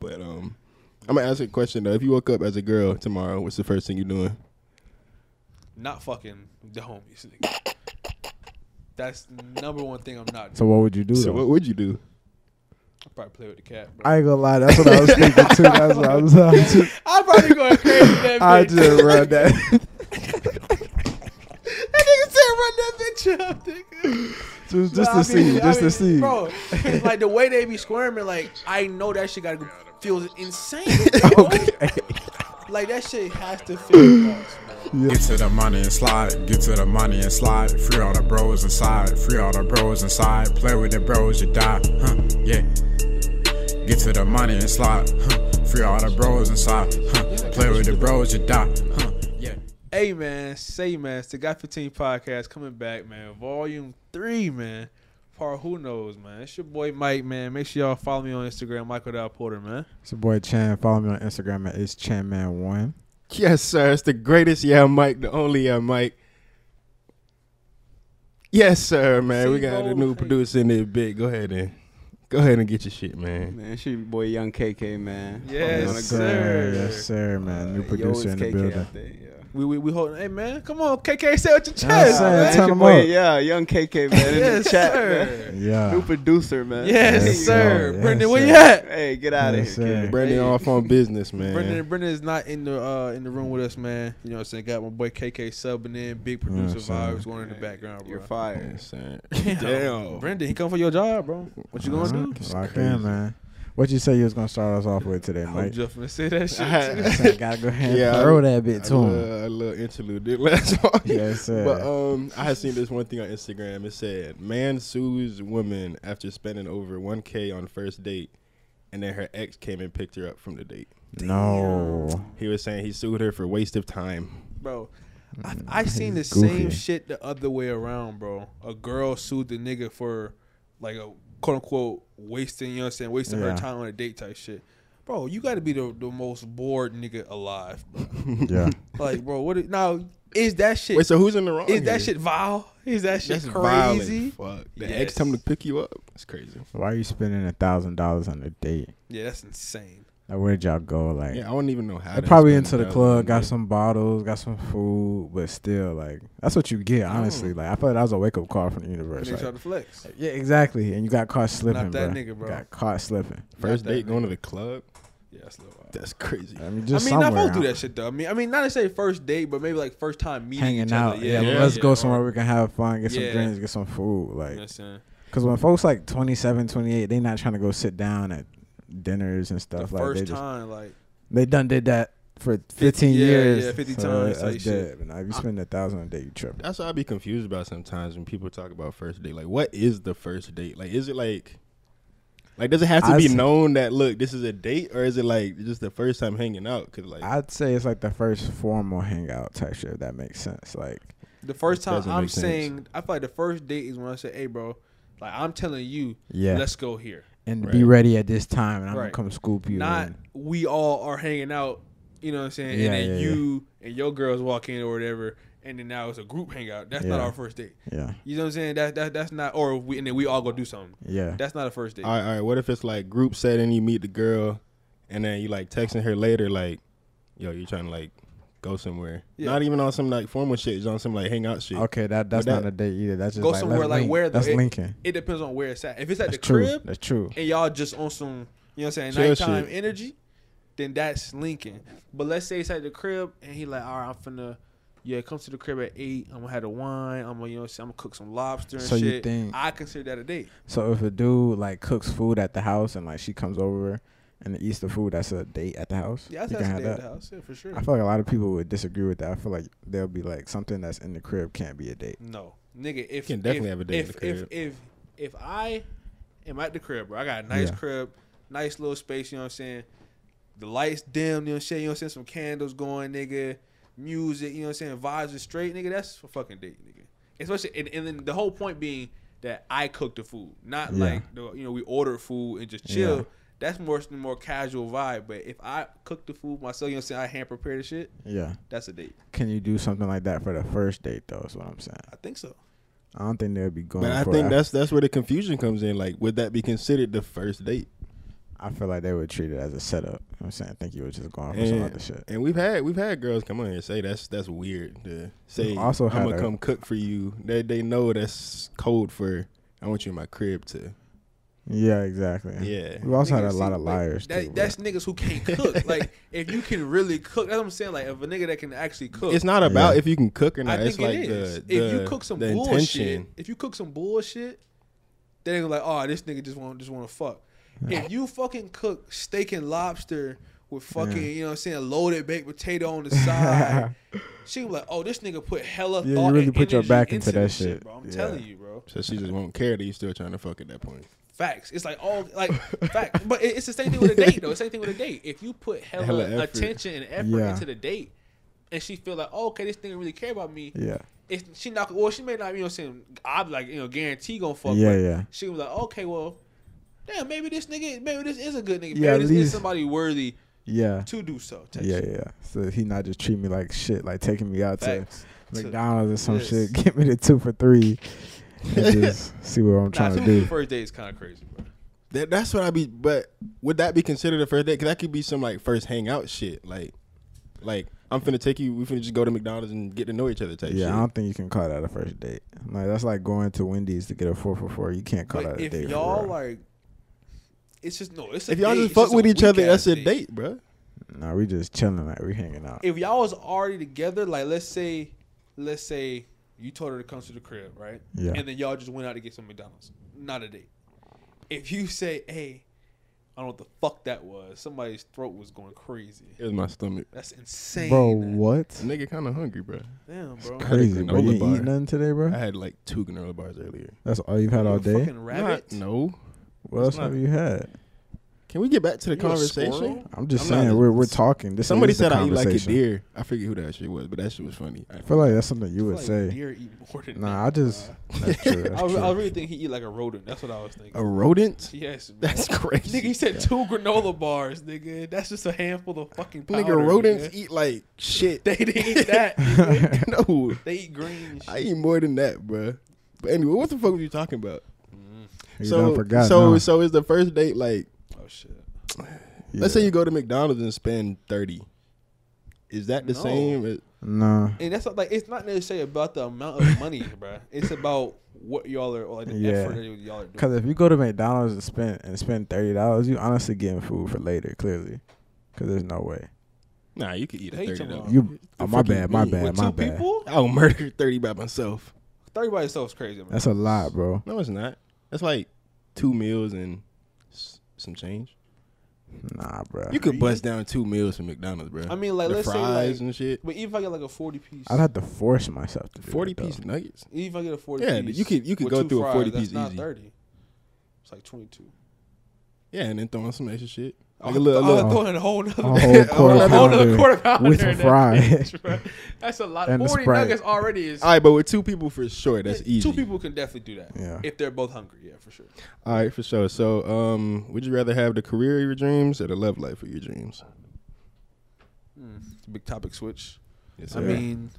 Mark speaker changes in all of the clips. Speaker 1: But um, I'm gonna ask you a question though. If you woke up as a girl tomorrow, what's the first thing you're doing?
Speaker 2: Not fucking the homies. nigga. That's number one thing I'm not.
Speaker 3: So
Speaker 2: doing.
Speaker 3: what would you do?
Speaker 1: So
Speaker 3: though?
Speaker 1: what would you do?
Speaker 2: I'd probably play with the cat. Bro.
Speaker 3: I ain't gonna lie, that's what I was thinking too. That's what I was. I just,
Speaker 2: I'd probably go crazy. That
Speaker 3: I
Speaker 2: bitch.
Speaker 3: just run that.
Speaker 2: That nigga said, "Run that bitch up, nigga."
Speaker 3: Just, just
Speaker 2: Nah, I
Speaker 3: to see,
Speaker 2: mean, I
Speaker 3: just to
Speaker 2: mean,
Speaker 3: see.
Speaker 2: bro. Like the way they be squirming, like I know that shit gotta feel insane. Bro.
Speaker 3: Okay.
Speaker 2: Like that shit has to feel nuts, bro.
Speaker 4: Get to the money and slide, get to the money and slide. Free all the bros inside, free all the bros inside. Play with the bros, you die, huh? Yeah. Get to the money and slide, huh? Free all the bros inside, huh? Play with the bros, you die, huh? Yeah.
Speaker 2: Hey man, say man, it's the Got 15 podcast coming back, man. Volume three, man. Part who knows, man. It's your boy Mike, man. Make sure y'all follow me on Instagram, Michael Dot Porter, man.
Speaker 3: It's your boy Chan. Follow me on Instagram at it's Chanman1.
Speaker 1: Yes, sir. It's the greatest. Yeah, Mike. The only. Yeah, Mike. Yes, sir, man. we got a new
Speaker 2: Zero.
Speaker 1: producer in there, big. Go ahead and go ahead and get your shit, man.
Speaker 5: Man, it's your boy Young KK, man.
Speaker 2: Yes,
Speaker 5: Holding on to
Speaker 2: sir.
Speaker 3: Yes, sir, man. New
Speaker 5: God. Yo, it's
Speaker 3: producer in the
Speaker 5: KK
Speaker 3: building.
Speaker 5: out there, yeah.
Speaker 2: We we we holding hey man, come on, KK, say what your chest,
Speaker 3: Yeah, I'm saying,
Speaker 5: Nah,
Speaker 2: man.
Speaker 5: it's
Speaker 3: turn
Speaker 5: your
Speaker 3: him
Speaker 5: boy,
Speaker 3: up.
Speaker 5: Yeah, Young KK, man. in the
Speaker 2: Yes,
Speaker 5: chat, man.
Speaker 2: sir.
Speaker 5: New
Speaker 3: Yeah.
Speaker 5: producer, man.
Speaker 2: Yes,
Speaker 3: Yes,
Speaker 2: sir.
Speaker 3: sir. Yes,
Speaker 2: Brendan, where
Speaker 3: sir.
Speaker 2: you at?
Speaker 5: Hey, get out of
Speaker 3: Yes,
Speaker 5: here,
Speaker 3: sir.
Speaker 5: kid.
Speaker 1: Brandon
Speaker 5: Hey.
Speaker 1: off on business, man.
Speaker 2: Brendan Brendan is not in the uh in the room with us, man. You know what I'm saying? Got my boy KK subbing in, big producer
Speaker 3: Yeah, I'm
Speaker 2: vibes going in the background, bro.
Speaker 5: You're fired.
Speaker 1: Yes, sir.
Speaker 2: Damn. Brendan, he come for your job, bro. What you gonna do?
Speaker 3: Lock in, man. What you say you was gonna start us off with today,
Speaker 2: I was
Speaker 3: Mike?
Speaker 2: just gonna say that shit.
Speaker 1: I-
Speaker 2: too.
Speaker 3: I said, gotta go ahead and
Speaker 1: Yeah,
Speaker 3: throw
Speaker 1: I-
Speaker 3: that bit to him.
Speaker 1: A little interlude did last song.
Speaker 3: Yes, sir.
Speaker 1: But um, I had seen this one thing on Instagram. It said, "Man sues woman after spending over 1k on first date, and then her ex came and picked her up from the date."
Speaker 3: no.
Speaker 1: He was saying he sued her for waste of time.
Speaker 2: bro. I, I seen the
Speaker 3: he's
Speaker 2: same
Speaker 3: goofy.
Speaker 2: shit the other way around, bro. A girl sued the nigga for like a quote unquote wasting, you know what I'm saying, wasting her
Speaker 3: Yeah.
Speaker 2: time on a date type shit. Bro, you got to be the, the most bored nigga alive. bro.
Speaker 3: Yeah.
Speaker 2: like, bro, what is, now is that shit?
Speaker 1: Wait, so who's in the wrong?
Speaker 2: is that
Speaker 1: here?
Speaker 2: shit vile? Is that shit
Speaker 1: That's
Speaker 2: crazy?
Speaker 1: crazy. Fuck. The
Speaker 2: Yes.
Speaker 1: ex come to pick you up. That's crazy.
Speaker 3: Why are you spending a thousand dollars on a date?
Speaker 2: Yeah, that's insane.
Speaker 3: Like, where'd y'all go? Like,
Speaker 1: Yeah, I don't even know how.
Speaker 3: they
Speaker 1: to
Speaker 3: probably
Speaker 1: spend
Speaker 3: into the
Speaker 1: $1,000
Speaker 3: club,
Speaker 1: on
Speaker 3: got
Speaker 1: that.
Speaker 3: some bottles, got some food, but still, like, that's what you get, honestly. Like, I feel like that was a wake up call from the universe.
Speaker 2: Mm. Nigga
Speaker 3: like,
Speaker 2: trying to flex.
Speaker 3: yeah, exactly. And you got caught slipping,
Speaker 2: that
Speaker 3: bro.
Speaker 2: nigga, bro.
Speaker 3: Got caught slipping.
Speaker 1: first
Speaker 2: Not that
Speaker 1: date going to the club.
Speaker 2: Yeah, that's a little wild.
Speaker 1: That's crazy.
Speaker 3: I mean, just
Speaker 2: I mean, not
Speaker 3: somewhere
Speaker 2: supposed to do
Speaker 3: out-
Speaker 2: that shit though. I mean, I mean, not to say first date, but maybe like first time meeting, each
Speaker 3: Hanging
Speaker 2: other.
Speaker 3: out, yeah. let's
Speaker 2: yeah,
Speaker 3: go
Speaker 2: or-
Speaker 3: somewhere we can have fun, get
Speaker 2: Yeah.
Speaker 3: some drinks, get some food, like.
Speaker 2: You know what I'm saying?
Speaker 3: Because when folks like 27, 28, they not trying to go sit down at dinners and
Speaker 2: The
Speaker 3: stuff. like
Speaker 2: first
Speaker 3: they just,
Speaker 2: time, like.
Speaker 3: they done did that for 15
Speaker 2: yeah,
Speaker 3: years.
Speaker 2: yeah, 50
Speaker 3: so
Speaker 2: times
Speaker 3: That's
Speaker 2: type shit.
Speaker 3: dead. But now if you spend a thousand a day, you tripping.
Speaker 1: That's what I be confused about sometimes when people talk about first date. Like, what is the first date? Like, is it like, like does it have to
Speaker 3: I
Speaker 1: be
Speaker 3: s-
Speaker 1: known that look this is a date, or is it like just the first time hanging out? Cause like,
Speaker 3: I'd say it's like the first formal hangout type shit. If that makes sense. Like
Speaker 2: The first time
Speaker 1: doesn't
Speaker 2: I'm
Speaker 1: make sense.
Speaker 2: saying, I feel like the first date is when I say, "Hey, bro, like I'm telling you,
Speaker 3: Yeah.
Speaker 2: let's go here."
Speaker 3: and
Speaker 1: Right.
Speaker 3: be ready at this time, and I'm
Speaker 2: Right.
Speaker 3: gonna come scoop you.
Speaker 2: Not
Speaker 3: and-
Speaker 2: we all are hanging out, you know what I'm saying?
Speaker 3: Yeah,
Speaker 2: and then
Speaker 3: yeah, yeah.
Speaker 2: you and your girls walk in or whatever, and then now it's a group hangout. That's not
Speaker 3: Yeah.
Speaker 2: our first date.
Speaker 3: yeah,
Speaker 2: You know what I'm saying? That that that's not. Or we and then we all go do something.
Speaker 3: yeah.
Speaker 2: That's not a first date.
Speaker 3: Uh,
Speaker 1: all right, all right. What if it's like group setting? You meet the girl, and then you like texting her later, like, yo, you trying to like go somewhere?
Speaker 2: Yeah.
Speaker 1: Not even on some like formal shit. It's on some like hangout shit.
Speaker 3: okay, that that's
Speaker 1: But
Speaker 3: not
Speaker 1: that-
Speaker 3: a date either. That's just
Speaker 2: go
Speaker 3: like,
Speaker 2: somewhere
Speaker 3: let's
Speaker 2: like
Speaker 3: link.
Speaker 2: where
Speaker 3: that's
Speaker 2: it,
Speaker 3: linking.
Speaker 2: It depends on where it's at. If it's at
Speaker 3: That's
Speaker 2: the
Speaker 3: true.
Speaker 2: crib
Speaker 3: That's true.
Speaker 2: and y'all just on some, you know what I'm saying,
Speaker 1: Chill
Speaker 2: nighttime
Speaker 1: shit.
Speaker 2: energy, then that's linking. But let's say it's at the crib and he like, all right, I'm finna, yeah, come to the crib at eight. I'm gonna have the wine. I'm gonna, you know, what I'm saying, I'm gonna cook some lobster and
Speaker 3: So
Speaker 2: shit.
Speaker 3: you think-
Speaker 2: I consider that a date.
Speaker 3: So if a dude like cooks food at the house and like she comes over and eats the food, that's a date at the house.
Speaker 2: Yeah, that's,
Speaker 3: You
Speaker 2: that's
Speaker 3: can
Speaker 2: a
Speaker 3: have
Speaker 2: date at
Speaker 3: that.
Speaker 2: the house, yeah, for sure.
Speaker 3: I feel like a lot of people would disagree with that. I feel like they'll be like something that's in the crib can't be a date.
Speaker 2: No, nigga, if
Speaker 1: Can definitely
Speaker 2: if,
Speaker 1: have a date at
Speaker 2: if,
Speaker 1: the crib.
Speaker 2: If, if if I am at the crib, bro, I got a nice
Speaker 3: Yeah.
Speaker 2: crib, nice little space. You know what I'm saying? The lights dim, you know what I'm saying? You know what I'm saying? Some candles going, nigga. Music, you know what I'm saying? Vibes are straight, nigga. That's a fucking date, nigga. Especially and, and then the whole point being that I cook the food, not
Speaker 3: Yeah.
Speaker 2: like the, you know we order food and just chill.
Speaker 3: Yeah.
Speaker 2: That's more more casual vibe. But if I cook the food myself, you know what I'm saying? I hand prepare the shit.
Speaker 3: Yeah.
Speaker 2: That's a date.
Speaker 3: Can you do something like that for the first date though? Is what I'm saying.
Speaker 2: I think so.
Speaker 3: I don't think they'll be going.
Speaker 1: But I
Speaker 3: for
Speaker 1: think
Speaker 3: a-
Speaker 1: that's that's where the confusion comes in. Like, would that be considered the first date?
Speaker 3: I feel like they would treat it as a setup. You know what I'm saying, I think you were just going for some
Speaker 1: And,
Speaker 3: other shit.
Speaker 1: and we've had we've had girls come on here and say that's that's weird. To say
Speaker 3: We've also
Speaker 1: I'm
Speaker 3: had
Speaker 1: gonna
Speaker 3: a-
Speaker 1: come cook for you. They they know that's code for I want you in my crib too.
Speaker 3: Yeah, exactly.
Speaker 1: Yeah.
Speaker 3: We also had
Speaker 2: Nigga,
Speaker 3: a
Speaker 2: see,
Speaker 3: lot of
Speaker 2: like,
Speaker 3: liars
Speaker 2: that-
Speaker 3: too.
Speaker 2: that's niggas who can't cook. like if you can really cook, that's what I'm saying. Like if a nigga that can actually cook,
Speaker 1: It's not about
Speaker 3: Yeah.
Speaker 1: if you can cook or
Speaker 2: I
Speaker 1: not.
Speaker 2: think
Speaker 1: it's like
Speaker 2: it is.
Speaker 1: the, the
Speaker 2: if you cook some
Speaker 1: the
Speaker 2: bullshit,
Speaker 1: intention.
Speaker 2: if you cook some bullshit, then they're like, oh, this nigga just want just want to fuck. If you fucking cook steak and lobster with fucking,
Speaker 3: Yeah.
Speaker 2: you know what I'm saying, loaded baked potato on the side, she gonna be like, oh, this nigga put hella
Speaker 3: Yeah, you
Speaker 2: thought
Speaker 3: really
Speaker 2: and
Speaker 3: put your
Speaker 2: energy
Speaker 3: back into that
Speaker 2: this
Speaker 3: shit.
Speaker 2: bro. I'm
Speaker 3: Yeah.
Speaker 2: telling you, bro.
Speaker 1: So she just won't care that you still trying to fuck at that point.
Speaker 2: Facts. It's like all like fact, but it- it's the same thing with a date though. It's the same thing with a date. If you put hella,
Speaker 1: Hella effort.
Speaker 2: attention and effort
Speaker 3: Yeah.
Speaker 2: into the date, and she feel like, oh, okay, this thing really care about me.
Speaker 3: yeah.
Speaker 2: It's, she not well, she may not you know what I'm saying I'm like you know guarantee gonna fuck.
Speaker 3: Yeah,
Speaker 2: but
Speaker 3: yeah.
Speaker 2: She gonna be like, okay, well, damn, maybe this nigga, maybe this is a good nigga. maybe
Speaker 3: Yeah, at
Speaker 2: this is
Speaker 3: least-
Speaker 2: somebody worthy
Speaker 3: Yeah.
Speaker 2: to do so. Type
Speaker 3: Yeah,
Speaker 2: shit.
Speaker 3: yeah. So he not just treat me like shit, like taking me out
Speaker 2: Facts.
Speaker 3: to
Speaker 2: To-
Speaker 3: McDonald's or some
Speaker 2: Yes.
Speaker 3: shit. Get me the two for three. And just see what I'm
Speaker 2: Nah,
Speaker 3: trying
Speaker 2: two
Speaker 3: to
Speaker 2: people
Speaker 3: do.
Speaker 2: first day is kind of crazy, bro.
Speaker 1: That, that's what I be. But would that be considered a first date? Because that could be some like first hangout shit. Like, like I'm finna take you. We finna just go to McDonald's and get to know each other type
Speaker 3: Yeah, I
Speaker 1: shit.
Speaker 3: don't think you can call that a first date. Like that's like going to Wendy's to get a four for four. You can't call
Speaker 2: But
Speaker 3: that a
Speaker 2: if
Speaker 3: date. for
Speaker 2: y'all
Speaker 3: real.
Speaker 2: like, it's just no. It's a
Speaker 1: If y'all
Speaker 2: date.
Speaker 1: just
Speaker 2: It's
Speaker 1: fuck
Speaker 2: a
Speaker 1: with each other,
Speaker 2: weak-ass
Speaker 1: that's a date, bro.
Speaker 3: nah, we just chilling, like we hanging out.
Speaker 2: if y'all was already together, like let's say, let's say you told her to come to the crib, right?
Speaker 3: Yeah.
Speaker 2: And then y'all just went out to get some McDonald's. Not a date. If you say, "Hey, I don't know what the fuck that was. Somebody's throat was going crazy.
Speaker 1: It was my stomach.
Speaker 2: That's insane,
Speaker 3: Bro, what?
Speaker 1: Nigga, kind of hungry, bro.
Speaker 2: Damn, bro.
Speaker 1: I had a
Speaker 3: Crazy, bro. You
Speaker 1: granola
Speaker 3: ain't
Speaker 1: bar.
Speaker 3: eat nothing today,
Speaker 1: I
Speaker 3: bro.
Speaker 1: had like two granola bars earlier.
Speaker 3: That's all you've had
Speaker 2: You
Speaker 3: all
Speaker 2: a
Speaker 3: day.
Speaker 2: Fucking rabbit.
Speaker 1: Not- no.
Speaker 3: What else
Speaker 1: it's
Speaker 3: have
Speaker 1: not-
Speaker 3: you had?
Speaker 1: Can we get back to the
Speaker 2: You a
Speaker 1: conversation?
Speaker 2: squirrel?
Speaker 3: I'm just
Speaker 1: I'm not
Speaker 3: saying,
Speaker 1: a-
Speaker 3: we're we're talking. This
Speaker 1: Somebody
Speaker 3: is the
Speaker 1: said I eat like a
Speaker 3: conversation.
Speaker 1: deer. I forget who that shit was, but that shit was funny. I
Speaker 3: I feel like that's something you
Speaker 2: I feel
Speaker 3: would
Speaker 2: like
Speaker 3: say.
Speaker 2: Deer eat more than
Speaker 3: Nah,
Speaker 2: me.
Speaker 3: I just. That's true.
Speaker 2: I,
Speaker 3: That's
Speaker 2: was-
Speaker 3: true.
Speaker 2: I was really think he eat like a rodent. That's what I was thinking.
Speaker 1: a rodent?
Speaker 2: yes, bro.
Speaker 1: That's
Speaker 2: nigga. He
Speaker 1: crazy.
Speaker 2: said two granola bars, nigga. That's just a handful of fucking powder.
Speaker 1: Nigga, rodents
Speaker 2: nigga.
Speaker 1: eat like shit.
Speaker 2: They didn't eat that. nigga.
Speaker 1: no,
Speaker 2: They eat green.
Speaker 1: I eat more than that, bro. But anyway, what the fuck were you talking about?
Speaker 3: You
Speaker 1: so,
Speaker 3: done forgot.
Speaker 1: so,
Speaker 3: now.
Speaker 1: so is the first date like?
Speaker 2: Oh shit.
Speaker 3: Yeah.
Speaker 1: Let's say you go to McDonald's and spend thirty. Is that the
Speaker 2: No.
Speaker 1: same? as-
Speaker 3: Nah.
Speaker 2: And that's not, like it's not necessarily about the amount of money, bro. It's about what y'all are or like the
Speaker 3: Yeah.
Speaker 2: effort that y'all are doing.
Speaker 3: Because if you go to McDonald's and spend and spend thirty dollars, you honestly getting food for later. Clearly, because there's no way
Speaker 1: Nah, you could eat a
Speaker 2: Hey,
Speaker 1: thirty.
Speaker 2: come
Speaker 1: though.
Speaker 2: on.
Speaker 3: you.
Speaker 1: The
Speaker 3: Oh, my
Speaker 1: fuck you
Speaker 3: bad. My
Speaker 1: mean?
Speaker 3: bad.
Speaker 2: With
Speaker 3: my
Speaker 2: two
Speaker 3: bad.
Speaker 2: people,
Speaker 1: I'll murder thirty by myself.
Speaker 2: thirty by yourself is crazy, man.
Speaker 3: That's a lot, bro.
Speaker 1: No, it's not. That's like two meals and s- some change.
Speaker 3: Nah, bro.
Speaker 1: You could bust down two meals from McDonald's, bro.
Speaker 2: I mean, like
Speaker 1: the
Speaker 2: let's
Speaker 1: fries
Speaker 2: say like,
Speaker 1: and shit.
Speaker 2: but even if I get like a forty piece,
Speaker 3: I'd have to force myself to do
Speaker 1: Forty
Speaker 3: it, though.
Speaker 1: piece nuggets.
Speaker 2: even if I get a forty,
Speaker 1: Yeah,
Speaker 2: piece
Speaker 1: you could- you could
Speaker 2: with
Speaker 1: go
Speaker 2: two
Speaker 1: through a
Speaker 2: fries,
Speaker 1: 40
Speaker 2: that's
Speaker 1: piece
Speaker 2: not
Speaker 1: easy.
Speaker 2: Thirty, it's like twenty two.
Speaker 1: Yeah, and then throw in some extra shit.
Speaker 2: I'll,
Speaker 1: Like a little, a
Speaker 2: I'll
Speaker 1: little
Speaker 2: throw in a whole nother,
Speaker 3: A whole quarter
Speaker 2: whole nother
Speaker 3: pounder
Speaker 2: quarter pounder
Speaker 3: with a
Speaker 2: in that
Speaker 3: fry.
Speaker 2: bitch, bro. That's a lot.
Speaker 3: And a
Speaker 2: forty
Speaker 3: Sprite.
Speaker 2: nuggets already is.
Speaker 1: All right, but with two people for sure, that's easy.
Speaker 2: Two people can definitely do that.
Speaker 3: Yeah.
Speaker 2: If they're both hungry, yeah, for sure.
Speaker 1: All right, for sure. So, um, would you rather have the career of your dreams or the love life of your dreams?
Speaker 2: It's a big topic switch.
Speaker 1: Yes,
Speaker 2: I mean,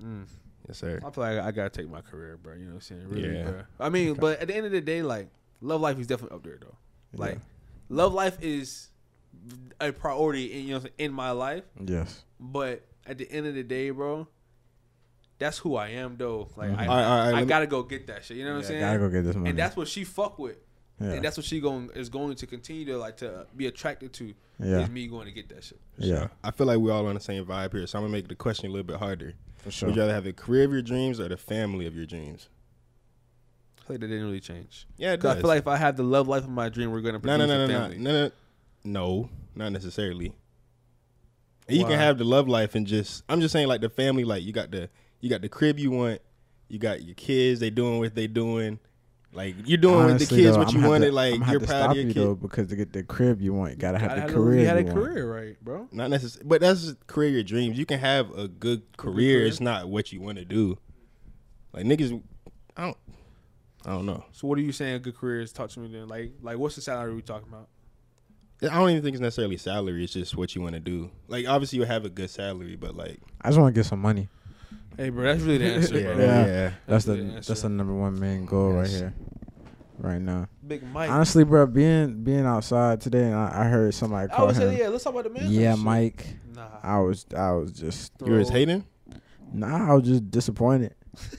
Speaker 2: mm,
Speaker 1: yes, sir.
Speaker 2: I feel like I gotta take my career, bro. You know what I'm saying? Really,
Speaker 1: Yeah.
Speaker 2: bro. I mean, but at the end of the day, like, love life is definitely up there, though. Like,
Speaker 3: Yeah.
Speaker 2: love life is a priority in you know what I'm saying, in my life.
Speaker 3: Yes.
Speaker 2: But at the end of the day, bro, that's who I am, though. Like, I,
Speaker 1: Mm-hmm. All right, all right,
Speaker 2: I
Speaker 1: let me-
Speaker 2: gotta go get that shit. You know what I'm saying?
Speaker 3: Gotta go get this money.
Speaker 2: and that's what she fuck with.
Speaker 3: yeah.
Speaker 2: And that's what she going is going to continue to like to be attracted to
Speaker 3: Yeah.
Speaker 2: is me going to get that shit.
Speaker 3: yeah.
Speaker 1: I feel like we're all on the same vibe here, so I'm gonna make the question a little bit harder.
Speaker 3: For sure.
Speaker 1: Would you rather have the career of your dreams or the family of your dreams?
Speaker 2: I feel like that didn't really change.
Speaker 1: Yeah, it
Speaker 2: 'Cause I
Speaker 1: does.
Speaker 2: feel like if I have the love life of my dream, we're gonna
Speaker 1: no,
Speaker 2: produce
Speaker 1: no, no,
Speaker 2: a
Speaker 1: no, no,
Speaker 2: family.
Speaker 1: no, no, no, not necessarily. And you
Speaker 2: Why?
Speaker 1: can have the love life and just I'm just saying like the family, like you got the you got the crib you want, you got your kids, they doing what they doing. Like you're doing with the
Speaker 3: Honestly,
Speaker 1: kids
Speaker 3: though,
Speaker 1: what you
Speaker 3: I'ma have
Speaker 1: wanted,
Speaker 3: to-
Speaker 1: like
Speaker 3: I'ma have
Speaker 1: you're
Speaker 3: to
Speaker 1: proud
Speaker 3: stop
Speaker 1: of your
Speaker 3: you,
Speaker 1: kid.
Speaker 3: though, because to get the crib you want, you gotta have
Speaker 2: I
Speaker 3: the
Speaker 2: had a-
Speaker 3: career.
Speaker 2: we had a
Speaker 3: you want.
Speaker 2: career, right, bro?
Speaker 1: Not necessarily, but that's just career your dreams. You can have a good career. It's not what you want to do. Like niggas, I don't, I don't know.
Speaker 2: So what are you saying? A good career is talk to me then. Like, like what's the salary we talking about?
Speaker 1: I don't even think it's necessarily salary. It's just what you want to do. Like obviously you have a good salary, but like
Speaker 3: I just want to get some money.
Speaker 2: Hey, bro, that's really the answer, bro.
Speaker 3: Yeah.
Speaker 1: yeah.
Speaker 3: That's
Speaker 2: Yeah,
Speaker 3: the
Speaker 2: that's
Speaker 3: that's
Speaker 2: it.
Speaker 3: the number one main goal right here. right now.
Speaker 2: Big Mike.
Speaker 3: Honestly, bro, being being outside today, and I, I heard somebody
Speaker 2: I
Speaker 3: call
Speaker 2: would say,
Speaker 3: him.
Speaker 2: yeah, let's talk about the man.
Speaker 3: Yeah, Mike.
Speaker 2: Nah.
Speaker 3: I was I was just
Speaker 1: You was hating?
Speaker 3: nah. I was just disappointed.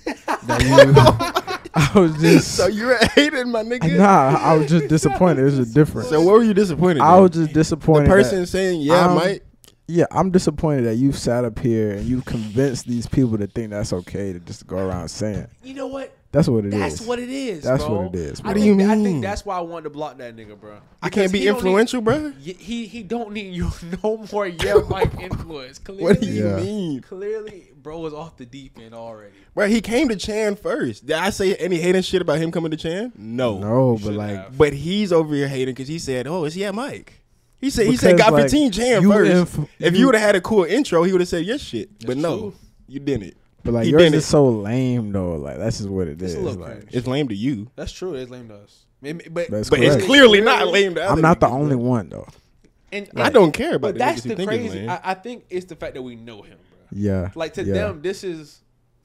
Speaker 3: that
Speaker 2: Oh
Speaker 3: you, I was just
Speaker 1: you were hating, my nigga.
Speaker 3: nah. I was just disappointed. There's a difference.
Speaker 1: So what were you disappointed?
Speaker 3: I
Speaker 1: in?
Speaker 3: was just
Speaker 1: the
Speaker 3: disappointed. that-
Speaker 1: person saying, "Yeah,
Speaker 3: Um,
Speaker 1: Mike."
Speaker 3: yeah, I'm disappointed that you've sat up here and you've convinced these people to think that's okay to just go around saying.
Speaker 2: You know what?
Speaker 3: That's what it is.
Speaker 2: That's what it is.
Speaker 3: That's
Speaker 2: bro.
Speaker 3: what it is,
Speaker 2: I
Speaker 1: bro.
Speaker 2: think,
Speaker 1: What do you
Speaker 2: I think
Speaker 1: mean?
Speaker 2: that's why I wanted to block that nigga, bro.
Speaker 1: I can't
Speaker 2: Because
Speaker 1: be
Speaker 2: he don't need-
Speaker 1: influential, bro.
Speaker 2: Y- he he don't need you no more yeah Mike influence. Clearly,
Speaker 1: What do you
Speaker 3: Yeah.
Speaker 1: mean,
Speaker 2: clearly bro is off the deep end already.
Speaker 1: bro? He came to Chan first. Did I say any hating shit about him coming to Chan? No,
Speaker 3: no,
Speaker 2: You
Speaker 3: but
Speaker 2: should
Speaker 3: like
Speaker 2: have.
Speaker 1: But he's over here hating because he said, "Oh, it's yeah, Mike." He said, "He said
Speaker 3: Because,
Speaker 1: got
Speaker 3: like,
Speaker 1: 15 Chan
Speaker 3: you
Speaker 1: first.
Speaker 3: inf-
Speaker 1: if you
Speaker 3: you-
Speaker 1: would have had a cool intro, he would have said yes, shit." but
Speaker 2: That's
Speaker 1: no,
Speaker 2: true.
Speaker 1: you didn't.
Speaker 3: But like
Speaker 1: He
Speaker 3: yours
Speaker 1: did
Speaker 3: is
Speaker 1: it.
Speaker 3: so lame though. Like that's just what it
Speaker 2: It's
Speaker 3: is.
Speaker 2: e- a little
Speaker 3: Like,
Speaker 2: cringe.
Speaker 1: It's lame to you,
Speaker 2: That's true. It's lame to us. Maybe- But,
Speaker 3: That's
Speaker 1: but
Speaker 3: Correct.
Speaker 1: it's clearly not lame to.
Speaker 3: I'm
Speaker 1: other
Speaker 3: not the
Speaker 1: niggas,
Speaker 3: only
Speaker 1: bro.
Speaker 3: one though.
Speaker 2: And,
Speaker 1: I
Speaker 2: and-
Speaker 1: don't care about.
Speaker 2: But that's
Speaker 1: niggas who
Speaker 2: the
Speaker 1: think it's
Speaker 2: crazy.
Speaker 1: lame.
Speaker 2: I, I think it's the fact that we know him, bro.
Speaker 3: Yeah.
Speaker 2: Like to
Speaker 3: yeah.
Speaker 2: them, this is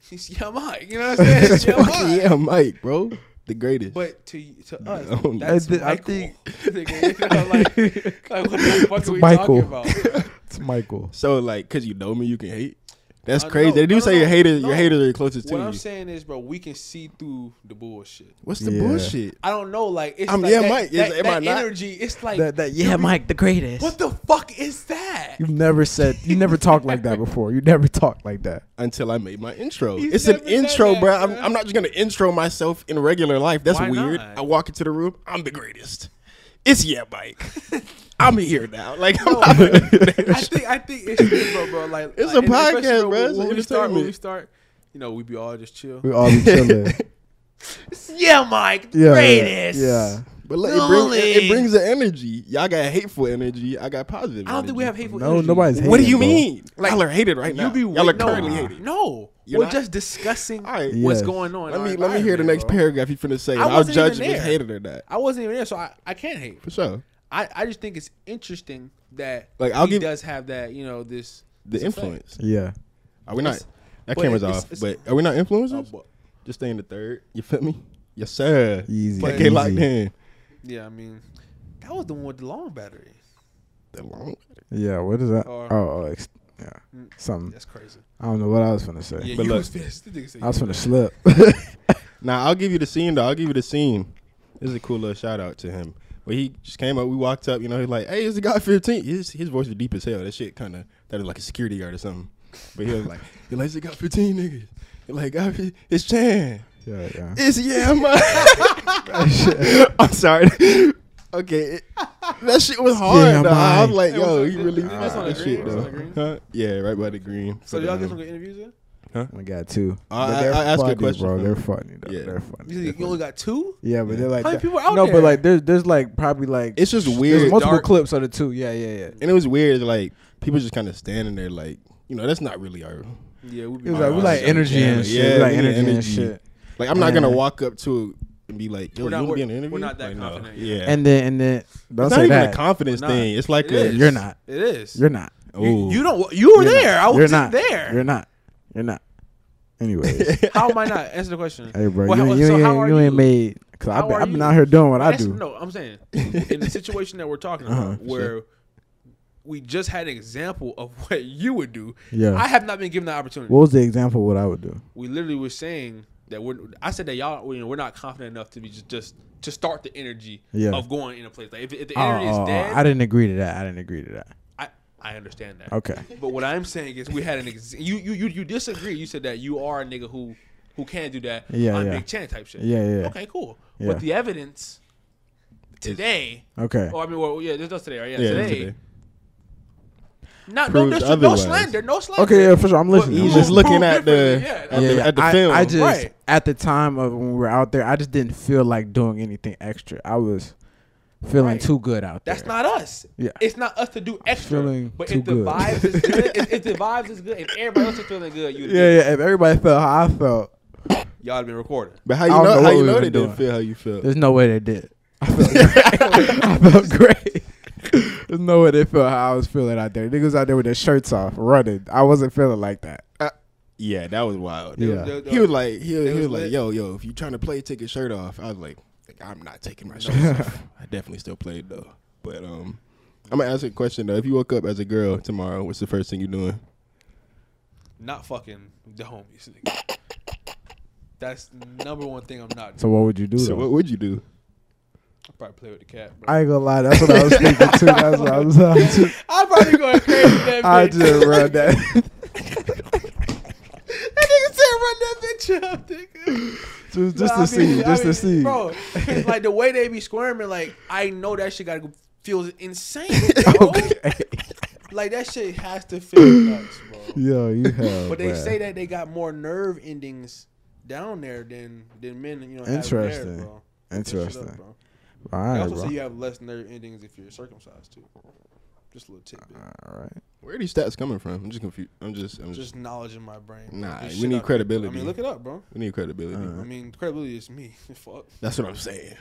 Speaker 2: he's yeah Mike. You know what I'm saying? It's yeah,
Speaker 1: Fuck
Speaker 2: Mike.
Speaker 1: yeah, Mike, bro, the greatest.
Speaker 2: But to to us,
Speaker 1: No.
Speaker 2: that's
Speaker 3: I thi- I
Speaker 2: Michael.
Speaker 3: think-
Speaker 2: Nigga, you know, like, like, what the fuck
Speaker 3: It's
Speaker 2: are we
Speaker 3: Michael.
Speaker 2: talking about? bro?
Speaker 3: It's Michael.
Speaker 1: so like, cause you know me, you can hate. That's
Speaker 2: Uh,
Speaker 1: crazy.
Speaker 2: no,
Speaker 1: they do
Speaker 2: no,
Speaker 1: say
Speaker 2: no,
Speaker 1: your haters,
Speaker 2: no.
Speaker 1: your haters are closest
Speaker 2: What
Speaker 1: to
Speaker 2: I'm
Speaker 1: you.
Speaker 2: saying is, bro, we can see through the bullshit.
Speaker 1: What's the
Speaker 3: Yeah.
Speaker 1: bullshit?
Speaker 2: I don't know, like it's
Speaker 1: I'm
Speaker 2: like
Speaker 1: yeah,
Speaker 2: that,
Speaker 1: Mike. Is-
Speaker 2: That,
Speaker 1: am
Speaker 2: that
Speaker 1: I not?
Speaker 2: energy, it's like
Speaker 3: That that yeah, Mike the greatest.
Speaker 2: what the fuck is that?
Speaker 3: You've never said you never talked like that before. You never talked like that.
Speaker 1: Until I made my intro.
Speaker 2: He's
Speaker 1: it's an
Speaker 2: never done
Speaker 1: intro,
Speaker 2: that,
Speaker 1: bro. I'm,
Speaker 2: bro.
Speaker 1: I'm not just gonna intro myself in regular life. That's
Speaker 2: Why
Speaker 1: weird.
Speaker 2: not?
Speaker 1: I walk into the room. I'm the greatest. It's yeah, Mike. I'm here now. Like I'm not
Speaker 2: No.
Speaker 1: gonna do that
Speaker 2: I
Speaker 1: shit.
Speaker 2: think I think it's good, bro, bro. Like
Speaker 1: It's
Speaker 2: like,
Speaker 1: a
Speaker 2: and especially,
Speaker 1: podcast, bro. It's
Speaker 2: When,
Speaker 1: an
Speaker 2: we start, when we
Speaker 1: entertainment.
Speaker 2: start, you know, we be all just chill.
Speaker 3: We all be chilling.
Speaker 2: Yeah, Mike, the
Speaker 3: Yeah.
Speaker 2: greatest.
Speaker 3: Yeah.
Speaker 1: But like, it, brings, it,
Speaker 2: Really?
Speaker 1: it brings the energy. Y'all got hateful energy. I got positive.
Speaker 2: I don't think we have
Speaker 1: energy.
Speaker 2: hateful.
Speaker 3: No,
Speaker 2: energy.
Speaker 3: nobody's hating.
Speaker 1: What do you
Speaker 3: bro.
Speaker 1: mean? Like, y'all are hated right now.
Speaker 2: You be
Speaker 1: y'all are
Speaker 2: no,
Speaker 1: currently hated.
Speaker 2: No,
Speaker 1: You're
Speaker 2: we're
Speaker 1: not?
Speaker 2: just discussing
Speaker 1: All right.
Speaker 2: what's
Speaker 3: Yes.
Speaker 2: going on. in
Speaker 1: Let
Speaker 2: our
Speaker 1: me let me hear the
Speaker 2: environment,
Speaker 1: next
Speaker 2: bro.
Speaker 1: paragraph you finna say.
Speaker 2: I
Speaker 1: and I'll
Speaker 2: wasn't
Speaker 1: judge if
Speaker 2: even
Speaker 1: it's
Speaker 2: there.
Speaker 1: hated or not.
Speaker 2: I wasn't even there, so I, I can't hate.
Speaker 1: For sure.
Speaker 2: I, I just think it's interesting that
Speaker 1: Like, I'll
Speaker 2: he
Speaker 1: give-
Speaker 2: does have that you know this
Speaker 1: The
Speaker 2: this effect.
Speaker 1: influence.
Speaker 3: Yeah.
Speaker 1: Are we not?
Speaker 2: It's-
Speaker 1: That
Speaker 2: but
Speaker 1: camera's
Speaker 2: it's-
Speaker 1: off.
Speaker 2: it's-
Speaker 1: but are we not
Speaker 2: Oh,
Speaker 1: influencers?
Speaker 2: but-
Speaker 1: Just stay in the third. You feel me? Yes, sir.
Speaker 3: Easy.
Speaker 2: But-
Speaker 1: Okay,
Speaker 3: easy.
Speaker 1: locked in.
Speaker 2: yeah, I mean that was the one with the long battery.
Speaker 1: The long-
Speaker 3: Yeah, what is that?
Speaker 2: Or-
Speaker 3: oh, oh ex- yeah. Something.
Speaker 2: That's crazy.
Speaker 3: I don't know what I was gonna say.
Speaker 2: Yeah,
Speaker 1: But
Speaker 2: you
Speaker 1: look-
Speaker 2: was pissed. This nigga said
Speaker 3: I was
Speaker 2: you
Speaker 3: gonna slip.
Speaker 1: Now I'll give you the scene though. I'll give you the scene. This is a cool little shout out to him. But he just came up. We walked up. You know, he's like, "Hey, it's the guy 15." His his voice was deep as hell. That shit kind of that was like a security guard or something. But he was like, "He like, it's the guy 15 niggas." He like, "Guy 15 "It's Chan."
Speaker 3: yeah, yeah.
Speaker 1: It's yeah, man. I'm sorry. Okay, it- that shit was hard.
Speaker 3: Yeah,
Speaker 1: though. I
Speaker 3: man.
Speaker 1: was like,
Speaker 2: It was
Speaker 1: yo,
Speaker 2: on-
Speaker 1: he
Speaker 2: it-
Speaker 1: really
Speaker 2: it was on
Speaker 1: that
Speaker 2: the
Speaker 1: shit
Speaker 2: green, it was on the
Speaker 1: though.
Speaker 2: green.
Speaker 1: Huh? Yeah, right by the green.
Speaker 2: So
Speaker 1: But,
Speaker 2: y'all get some
Speaker 1: um,
Speaker 2: good interviews in?
Speaker 3: We got two.
Speaker 1: I-
Speaker 3: But
Speaker 1: I-
Speaker 3: they're
Speaker 1: I ask you a
Speaker 3: funny,
Speaker 1: question,
Speaker 3: bro.
Speaker 1: fam.
Speaker 3: They're funny. Though.
Speaker 1: Yeah.
Speaker 3: They're funny.
Speaker 2: You,
Speaker 3: They're
Speaker 2: think you
Speaker 3: funny.
Speaker 2: only got two?
Speaker 3: Yeah, but they're like
Speaker 2: How many
Speaker 3: that-
Speaker 2: people out
Speaker 3: no,
Speaker 2: there?
Speaker 3: but like there's there's like probably like
Speaker 1: It's just
Speaker 3: there's
Speaker 1: weird,
Speaker 3: multiple
Speaker 2: Dark.
Speaker 3: clips of the two. Yeah, yeah, yeah.
Speaker 1: and it was weird. Like people just kind of standing there, like you know, that's not really our.
Speaker 2: Yeah, we be
Speaker 3: It was like we
Speaker 1: Alright,
Speaker 3: like
Speaker 1: so
Speaker 3: energy
Speaker 1: yeah,
Speaker 3: and shit.
Speaker 1: yeah,
Speaker 3: we like
Speaker 1: we need
Speaker 3: energy, and
Speaker 1: energy.
Speaker 3: shit.
Speaker 1: Like I'm not gonna
Speaker 3: Yeah.
Speaker 1: walk up to it and be like, yo,
Speaker 2: We're
Speaker 1: you
Speaker 2: not-
Speaker 1: want to be in an
Speaker 2: we're-
Speaker 1: interview?
Speaker 2: we're not that
Speaker 1: Like,
Speaker 2: confident
Speaker 1: Yeah,
Speaker 2: yet.
Speaker 3: And then and then don't
Speaker 1: it's not
Speaker 3: say
Speaker 1: even
Speaker 3: that.
Speaker 1: a confidence
Speaker 2: We're not.
Speaker 1: thing. It's like
Speaker 2: It
Speaker 1: a
Speaker 2: is.
Speaker 3: You're not.
Speaker 2: It is.
Speaker 3: You're not.
Speaker 1: Ooh.
Speaker 2: You don't. You were
Speaker 3: You're not.
Speaker 2: there. I
Speaker 3: You're
Speaker 2: wasn't
Speaker 3: not.
Speaker 2: there.
Speaker 3: You're not. You're not. Anyways,
Speaker 2: How am I not answer the question?
Speaker 3: hey bro,
Speaker 2: Well,
Speaker 3: you,
Speaker 2: how-
Speaker 3: ain't- you
Speaker 2: so how
Speaker 3: ain't
Speaker 2: are
Speaker 3: you ain't
Speaker 2: you?
Speaker 3: made because I've
Speaker 2: How
Speaker 3: been,
Speaker 2: are
Speaker 3: I've been
Speaker 2: you?
Speaker 3: out here doing what I
Speaker 2: That's-
Speaker 3: do.
Speaker 2: No, I'm saying in the situation that we're talking about,
Speaker 3: Uh-huh,
Speaker 2: where we just had an example of what you would do.
Speaker 3: Yeah.
Speaker 2: I have not been given the opportunity.
Speaker 3: What was the example? of What I would do?
Speaker 2: we literally were saying that we're. I said that y'all, you know, we're not confident enough to be just, just to start the energy
Speaker 3: Yeah.
Speaker 2: of going in a place. Like if, if the
Speaker 3: Oh,
Speaker 2: energy
Speaker 3: oh, oh,
Speaker 2: is dead,
Speaker 3: I didn't agree to that. I didn't agree to that.
Speaker 2: I, I understand that.
Speaker 3: Okay.
Speaker 2: But what I'm saying is, we had an ex- you you you you disagree. You said that you are a nigga who who can do that.
Speaker 3: Yeah,
Speaker 2: I'm
Speaker 3: yeah.
Speaker 2: Big Chan type shit.
Speaker 3: Yeah, yeah, yeah.
Speaker 2: Okay, cool.
Speaker 3: Yeah.
Speaker 2: But the evidence today,
Speaker 3: Okay.
Speaker 2: or I mean, well, yeah, this was today, right? Yeah,
Speaker 1: Yeah,
Speaker 2: today.
Speaker 1: today.
Speaker 2: Not no,
Speaker 1: Proves
Speaker 2: dis- no
Speaker 1: otherwise.
Speaker 2: slander, no slander.
Speaker 3: Okay. Yeah, for sure. I'm listening.
Speaker 1: He's
Speaker 3: I'm
Speaker 2: Prove-
Speaker 1: just looking
Speaker 3: listening.
Speaker 2: prove
Speaker 1: at the at
Speaker 2: differently, yeah.
Speaker 1: the, at the
Speaker 3: I,
Speaker 1: film.
Speaker 3: I just
Speaker 2: Right.
Speaker 3: at the time of when we were out there, I just didn't feel like doing anything extra. I was feeling
Speaker 2: Right.
Speaker 3: too good out
Speaker 2: That's
Speaker 3: there.
Speaker 2: not us.
Speaker 3: Yeah.
Speaker 2: It's not us to do extra.
Speaker 3: Feeling
Speaker 2: but
Speaker 3: too
Speaker 2: if the
Speaker 3: good.
Speaker 2: vibes is good, if, if the vibes is good, if everybody else is feeling good, you
Speaker 3: Yeah, yeah. If everybody felt how I felt,
Speaker 2: y'all have been recording.
Speaker 1: but how you
Speaker 3: I don't
Speaker 1: know,
Speaker 3: know
Speaker 1: how
Speaker 3: what
Speaker 1: you
Speaker 3: we
Speaker 1: know
Speaker 3: were
Speaker 1: they didn't
Speaker 3: doing.
Speaker 1: feel how you felt?
Speaker 3: there's no way they did. I felt great. I felt great. There's no way they felt how I was feeling out there. Niggas out there with their shirts off, running. I wasn't feeling like that.
Speaker 1: Yeah, that was wild.
Speaker 3: Yeah.
Speaker 1: He was like, he, he
Speaker 2: It
Speaker 1: was
Speaker 2: was
Speaker 1: like,
Speaker 2: lit.
Speaker 1: yo, yo, if you trying to play, take your shirt off. I was like, I'm not taking my shoes off. I definitely still played though. But um, I'm gonna ask you a question though. If you woke up as a girl tomorrow, what's the first thing you're doing?
Speaker 2: Not fucking the homies. Nigga. That's number one thing I'm not.
Speaker 3: So
Speaker 2: Doing.
Speaker 3: what would you do?
Speaker 1: So
Speaker 3: though?
Speaker 1: what would you do?
Speaker 2: I'd probably play with the cat. Bro.
Speaker 3: I ain't gonna lie, that's what I was thinking too. That's what I was. I just,
Speaker 2: I'd probably go crazy. That
Speaker 3: I
Speaker 2: bitch.
Speaker 3: just read that.
Speaker 2: That nigga said, "Run that bitch up, nigga."
Speaker 3: just just
Speaker 2: Nah, I
Speaker 3: to
Speaker 2: mean,
Speaker 3: see,
Speaker 2: I
Speaker 3: just to
Speaker 2: mean,
Speaker 3: see.
Speaker 2: Bro, it's like the way they be squirming, like I know that shit gotta go, feels insane, bro. Like that shit has to feel nuts, bro.
Speaker 3: Yo, you hell.
Speaker 2: But they
Speaker 3: bruh.
Speaker 2: say that they got more nerve endings down there than than men, you know.
Speaker 3: Interesting.
Speaker 2: Have there, bro. Look that shit up,
Speaker 3: Interesting.
Speaker 2: bro.
Speaker 3: All
Speaker 2: They
Speaker 3: right,
Speaker 2: also
Speaker 3: bro.
Speaker 2: say you have less nerve endings if you're circumcised too. Just a little tidbit.
Speaker 1: Uh,
Speaker 3: All right.
Speaker 1: Where are these stats coming from? I'm just confused. I'm just. I'm just.
Speaker 2: Just knowledge in my brain. bro.
Speaker 1: Nah,
Speaker 2: This
Speaker 1: we
Speaker 2: shit
Speaker 1: need
Speaker 2: out here, bro.
Speaker 1: credibility.
Speaker 2: I mean, look it up, bro.
Speaker 1: We need credibility.
Speaker 2: I mean, credibility is me. Fuck.
Speaker 1: That's what I'm saying.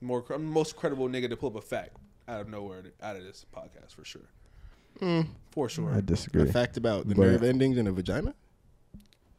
Speaker 2: more cre- most credible nigga to pull up a fact out of nowhere to- out of this podcast for sure.
Speaker 1: Hmm.
Speaker 2: For
Speaker 3: I
Speaker 2: sure,
Speaker 1: A
Speaker 3: disagree.
Speaker 1: fact about the
Speaker 3: But-
Speaker 1: nerve endings in a vagina.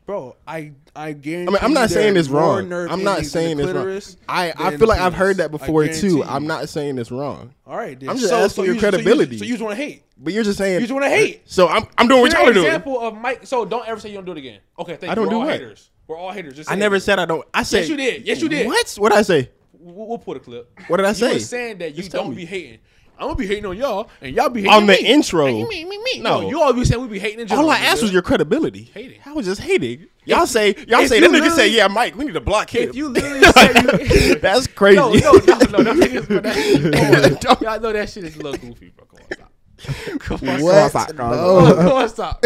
Speaker 2: bro. I I
Speaker 1: I
Speaker 2: guarantee.
Speaker 1: mean, I'm not
Speaker 2: there
Speaker 1: saying it's
Speaker 2: are more
Speaker 1: wrong.
Speaker 2: nerve
Speaker 1: I'm not
Speaker 2: endings in the
Speaker 1: saying it's wrong.
Speaker 2: clitoris
Speaker 1: I, I
Speaker 2: than
Speaker 1: feel
Speaker 2: the
Speaker 1: like I've heard
Speaker 2: penis.
Speaker 1: that
Speaker 2: I
Speaker 1: before
Speaker 2: guarantee
Speaker 1: too.
Speaker 2: you.
Speaker 1: I'm not saying it's wrong.
Speaker 2: All right, then.
Speaker 1: I'm just
Speaker 2: so,
Speaker 1: asking
Speaker 2: so
Speaker 1: your
Speaker 2: you, so you-
Speaker 1: credibility.
Speaker 2: So you, just want to hate.
Speaker 1: But you're just saying
Speaker 2: You just want to hate.
Speaker 1: So I'm I'm doing what
Speaker 2: Your
Speaker 1: y'all are doing.
Speaker 2: example of Mike. So don't ever say you don't do it again. Okay, thank
Speaker 1: I don't
Speaker 2: you. We're
Speaker 1: do
Speaker 2: all
Speaker 1: what?
Speaker 2: haters. We're all haters. Just
Speaker 1: I
Speaker 2: say
Speaker 1: never
Speaker 2: it.
Speaker 1: said I don't. I said
Speaker 2: you did. Yes, you did.
Speaker 1: What? What I say?
Speaker 2: We'll, we'll put a clip.
Speaker 1: What did I
Speaker 2: You
Speaker 1: say?
Speaker 2: were saying that you
Speaker 1: Just tell
Speaker 2: don't
Speaker 1: me.
Speaker 2: be hating. I'm gonna be hating on y'all, and y'all be hating
Speaker 1: On
Speaker 2: on
Speaker 1: the
Speaker 2: me.
Speaker 1: intro.
Speaker 2: Hey, you mean me, me.
Speaker 1: No.
Speaker 2: No, you always saying we be hating. In general,
Speaker 1: All I asked
Speaker 2: nigga.
Speaker 1: was your credibility.
Speaker 2: Hating.
Speaker 1: I was just hating. Y'all say y'all
Speaker 2: if
Speaker 1: say this
Speaker 2: you
Speaker 1: nigga say
Speaker 2: literally-
Speaker 1: yeah, Mike. We need to block him.
Speaker 2: If you literally say you,
Speaker 1: That's crazy.
Speaker 2: No, no, no, no, no, niggas, bro, that,
Speaker 1: Don't-
Speaker 2: come on. Y'all know that shit is a little goofy, bro. Come on, stop. Come on,
Speaker 1: What?
Speaker 2: stop.
Speaker 1: No.
Speaker 2: Come on, stop.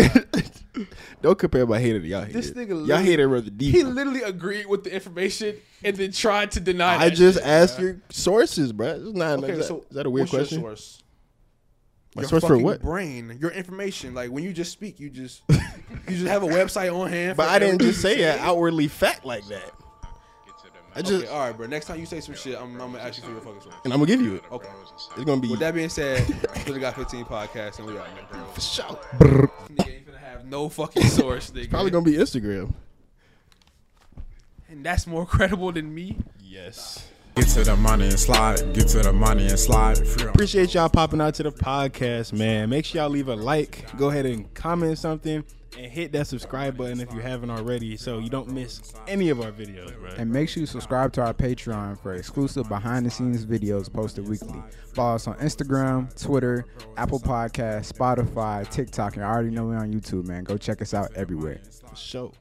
Speaker 1: Don't compare my hater to y'all hater.
Speaker 2: This nigga
Speaker 1: y'all
Speaker 2: literally-
Speaker 1: hater rather deep.
Speaker 2: He literally agreed with the information and then tried to deny.
Speaker 1: I
Speaker 2: that
Speaker 1: just
Speaker 2: shit,
Speaker 1: asked
Speaker 2: bro.
Speaker 1: your sources, bro. It's not, is, that, is that a weird
Speaker 2: what's your
Speaker 1: question?
Speaker 2: source?
Speaker 1: My
Speaker 2: Your
Speaker 1: source for
Speaker 2: fucking
Speaker 1: what?
Speaker 2: Brain, your information. Like when you just speak, you just you just have a website on hand.
Speaker 1: But
Speaker 2: for
Speaker 1: I didn't
Speaker 2: everything
Speaker 1: just
Speaker 2: you
Speaker 1: say it outwardly fat like that. I just
Speaker 2: Okay, all right, bro. Next time you say some shit, I'm, I'm gonna ask you for your fucking source.
Speaker 1: and I'm gonna give you it.
Speaker 2: Okay.
Speaker 1: It's gonna be
Speaker 2: With that being said, we got 15 podcasts and we out, man.
Speaker 1: for sure.
Speaker 2: Nigga ain't finna have no fucking source, nigga.
Speaker 1: Probably gonna be Instagram.
Speaker 2: and that's more credible than me.
Speaker 1: Yes.
Speaker 4: Get to the money and slide. Get to the money and slide. Free on
Speaker 1: Appreciate y'all popping out to the podcast, man. Make sure y'all leave a like, go ahead and comment something, and hit that subscribe button if you haven't already, so you don't miss any of our videos, bro.
Speaker 3: And make sure you subscribe to our Patreon for exclusive behind the scenes videos posted weekly. Follow us on Instagram, Twitter, Apple Podcasts, Spotify, TikTok, and I already know we're on YouTube, man. Go check us out everywhere.
Speaker 1: Show.